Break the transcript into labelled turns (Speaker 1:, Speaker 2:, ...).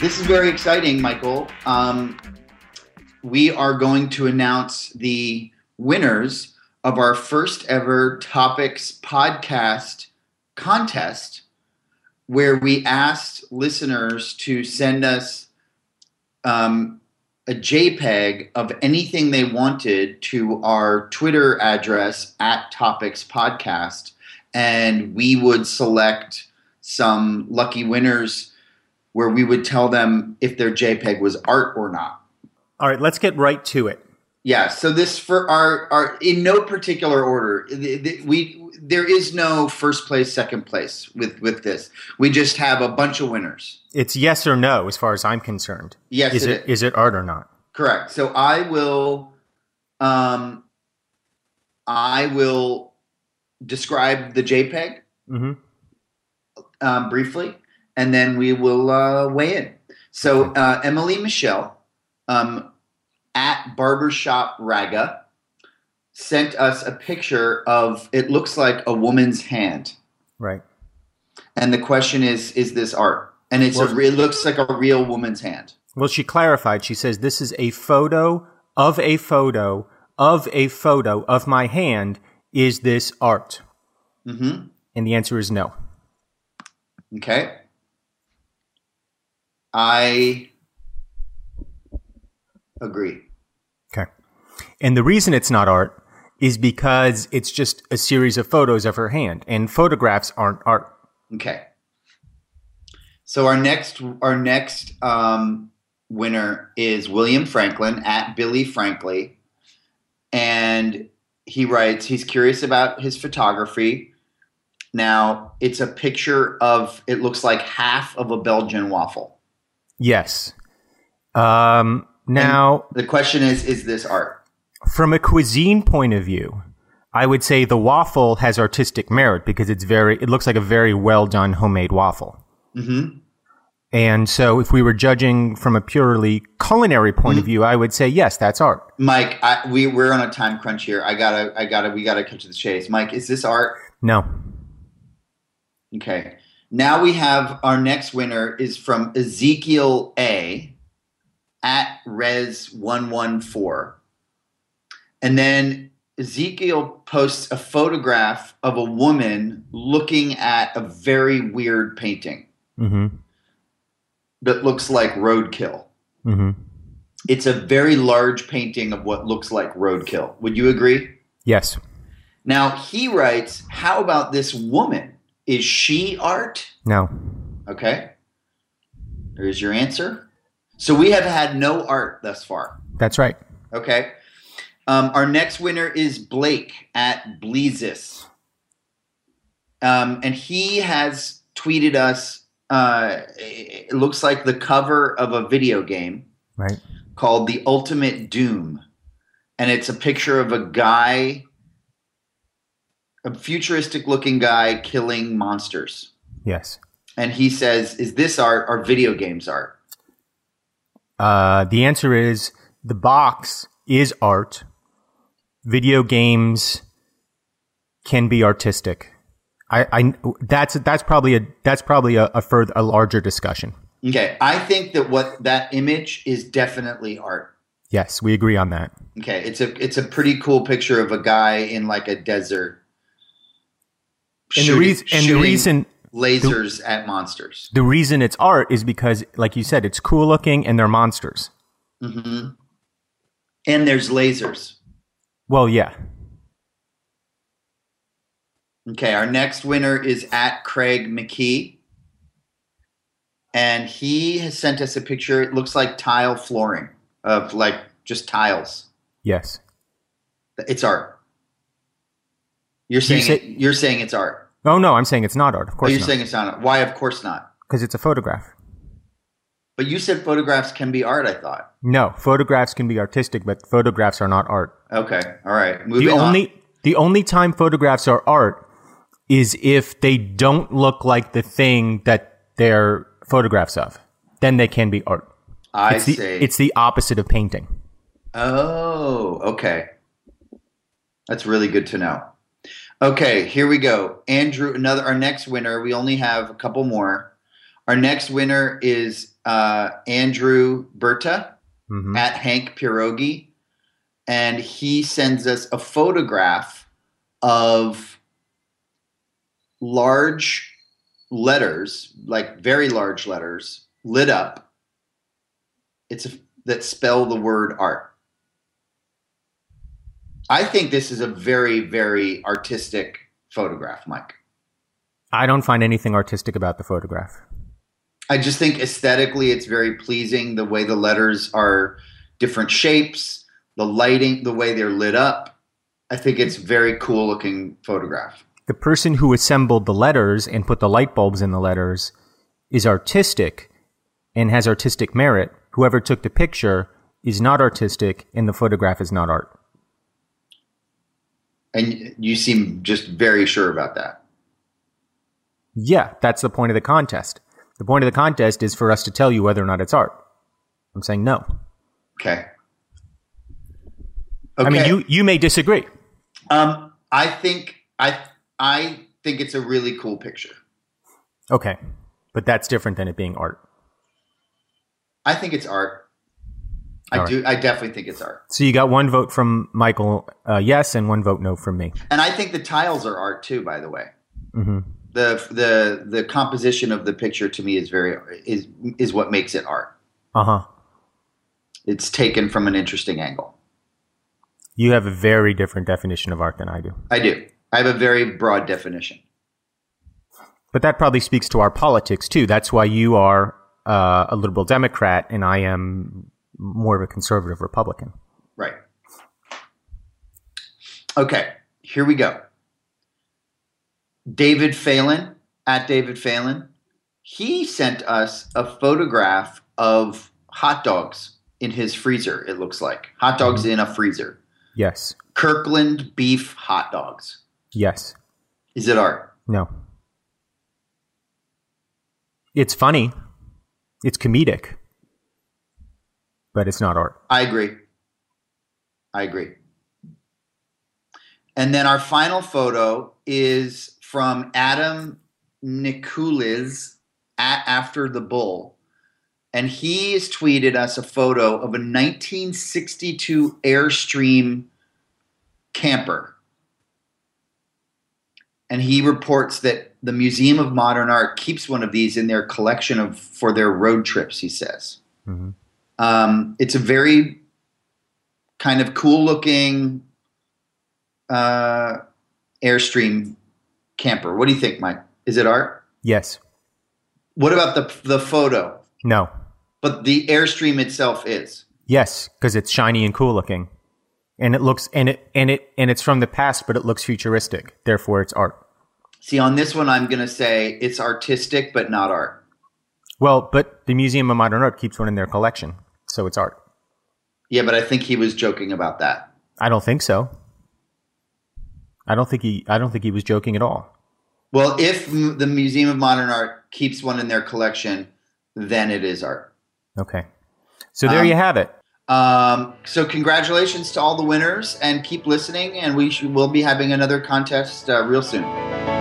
Speaker 1: This is very exciting, Michael. Um, we are going to announce the winners of our first ever topics podcast contest where we asked listeners to send us um, a JPEG of anything they wanted to our Twitter address at Topics Podcast, and we would select some lucky winners where we would tell them if their JPEG was art or not.
Speaker 2: All right, let's get right to it.
Speaker 1: Yeah. So this for our our in no particular order. Th- th- we there is no first place, second place with with this. We just have a bunch of winners.
Speaker 2: It's yes or no, as far as I'm concerned.
Speaker 1: Yes,
Speaker 2: is
Speaker 1: it
Speaker 2: it is it art or not?
Speaker 1: Correct. So I will, um, I will describe the JPEG
Speaker 2: hmm
Speaker 1: um, briefly, and then we will uh, weigh in. So uh, Emily Michelle um, at Barbershop Raga sent us a picture of it looks like a woman's hand,
Speaker 2: Right.
Speaker 1: and the question is: Is this art? And it's
Speaker 2: Well-
Speaker 1: a re- it looks like a real woman's hand.
Speaker 2: Well, she clarified. She says this is a photo of a photo of a photo of my hand. Is this art?
Speaker 1: hmm
Speaker 2: And the answer is no.
Speaker 1: Okay. I agree.
Speaker 2: Okay. And the reason it's not art is because it's just a series of photos of her hand, and photographs aren't art.
Speaker 1: Okay. So our next our next um, winner is William Franklin at Billy Frankly, and he writes he's curious about his photography. Now it's a picture of it looks like half of a Belgian waffle.
Speaker 2: Yes. Um, now,
Speaker 1: The question is, is this art?
Speaker 2: from a cuisine point of view, I would say the waffle has artistic merit because it's very. It looks like a very well done homemade waffle.
Speaker 1: Mm-hmm.
Speaker 2: And so, if we were judging from a purely culinary point of view, I would say yes, that's art.
Speaker 1: Mike, I, we we're on a time crunch here. I gotta, I gotta, we gotta cut to the chase. Mike, is this art?
Speaker 2: No,
Speaker 1: Okay. Now we have our next winner is from Ezekiel A at Res 114. And then Ezekiel posts a photograph of a woman looking at a very weird painting
Speaker 2: hmm
Speaker 1: that looks like roadkill.
Speaker 2: hmm
Speaker 1: It's a very large painting of what looks like roadkill. Would you agree?
Speaker 2: yes,
Speaker 1: Now he writes, How about this woman? Is she art?
Speaker 2: no,
Speaker 1: Okay. There's your answer. So we have had no art thus far.
Speaker 2: that's right.
Speaker 1: Okay. Um, our next winner is Blake at Bleezes. Um, and he has tweeted us, uh, it it looks like the cover of a video game
Speaker 2: Right.
Speaker 1: called The Ultimate Doom. And it's a picture of a guy, a futuristic looking guy killing monsters
Speaker 2: Yes.
Speaker 1: and he says, "Is this art or video games art?"
Speaker 2: Uh, the answer is the box is art. Video games can be artistic. I, I that's that's probably a that's probably a, a further a larger discussion.
Speaker 1: Okay, I think that what that image is definitely art.
Speaker 2: Yes, we agree on that.
Speaker 1: Okay, it's a it's a pretty cool picture of a guy in like a desert.
Speaker 2: And
Speaker 1: shooting-
Speaker 2: the reason and the
Speaker 1: shooting
Speaker 2: reason
Speaker 1: lasers at monsters.
Speaker 2: the reason it's art is because, like you said, it's cool looking and they're monsters.
Speaker 1: hmm And there's lasers.
Speaker 2: Well, yeah,
Speaker 1: Okay, our next winner is at Craig McKee. And he has sent us a picture. It looks like tile flooring of like just tiles.
Speaker 2: yes.
Speaker 1: It's art. You're saying
Speaker 2: say-
Speaker 1: it- you're saying it's art.
Speaker 2: Oh no, I'm saying it's not art. Of
Speaker 1: Or
Speaker 2: course
Speaker 1: you're
Speaker 2: not,
Speaker 1: saying it's not art. Why? Of course not.
Speaker 2: because it's a photograph.
Speaker 1: But you said photographs can be art. I thought.
Speaker 2: No, photographs can be artistic, but photographs are not art.
Speaker 1: Okay. All right. Moving
Speaker 2: the
Speaker 1: on.
Speaker 2: only the only time photographs are art is if they don't look like the thing that they're photographs of. Then they can be art.
Speaker 1: I
Speaker 2: It's the,
Speaker 1: see.
Speaker 2: it's the opposite of painting.
Speaker 1: oh, okay. That's really good to know. Okay, here we go. Andrew, another our next winner. We only have a couple more. Our next winner is uh, Andrew Berta
Speaker 2: Mhm.
Speaker 1: at Hank Pierogi, and he sends us a photograph of large letters, like very large letters, lit up. It's a, that spell the word art. I think this is a very, very artistic photograph, Mike.
Speaker 2: I don't find anything artistic about the photograph.
Speaker 1: I just think aesthetically it's very pleasing the way the letters are different shapes, the lighting, the way they're lit up. I think it's very cool looking photograph.
Speaker 2: The person who assembled the letters and put the light bulbs in the letters is artistic and has artistic merit. Whoever took the picture is not artistic and the photograph is not art.
Speaker 1: And you seem just very sure about that.
Speaker 2: Yeah, that's the point of the contest. The point of the contest is for us to tell you whether or not it's art. I'm saying no.
Speaker 1: Okay.
Speaker 2: I mean, you, you may disagree.
Speaker 1: Um, I think I I think it's a really cool picture.
Speaker 2: Okay. But that's different than it being art.
Speaker 1: I think it's art. I
Speaker 2: All right.
Speaker 1: do. I definitely think it's art.
Speaker 2: So you got one vote from Michael, uh, yes, and one vote no from me.
Speaker 1: And I think the tiles are art too. By the way.
Speaker 2: hmm
Speaker 1: the the the composition of the picture to me is very is is what makes it art.
Speaker 2: Uh huh.
Speaker 1: It's taken from an interesting angle.
Speaker 2: You have a very different definition of art than I do.
Speaker 1: I do. I have a very broad definition.
Speaker 2: But that probably speaks to our politics too. That's why you are uh, a liberal Democrat and I am more of a conservative Republican.
Speaker 1: Right. Okay, here we go. David Phelan, at David Phelan, he sent us a photograph of hot dogs in his freezer, it looks like. Hot dogs in a freezer.
Speaker 2: Yes.
Speaker 1: Kirkland beef hot dogs.
Speaker 2: Yes.
Speaker 1: Is it art?
Speaker 2: No. It's funny. It's comedic. But it's not art.
Speaker 1: I agree. I agree. And then our final photo is from Adam Nikulis at After the Bull. And he's tweeted us a photo of a 1962 Airstream camper. And he reports that the Museum of Modern Art keeps one of these in their collection of for their road trips, he says.
Speaker 2: hmm
Speaker 1: Um, it's a very kind of cool looking uh, Airstream camper. What do you think, Mike? Is it art?
Speaker 2: Yes.
Speaker 1: What about the the photo?
Speaker 2: No.
Speaker 1: But the Airstream itself is
Speaker 2: Yes, because it's shiny and cool looking, and it looks and it and it and it's from the past, but it looks futuristic. Therefore, it's art.
Speaker 1: see on this one. I'm gonna say it's artistic, but not art.
Speaker 2: Well, but the Museum of Modern Art keeps one in their collection, so it's art.
Speaker 1: Yeah, but I think he was joking about that.
Speaker 2: I don't think so. I don't think he. I don't think he was joking at all.
Speaker 1: Well, if m- the Museum of Modern Art keeps one in their collection, then it is art.
Speaker 2: Okay, so there
Speaker 1: Um,
Speaker 2: you have it.
Speaker 1: Um, so congratulations to all the winners and keep listening and we sh- will be having another contest uh, real soon.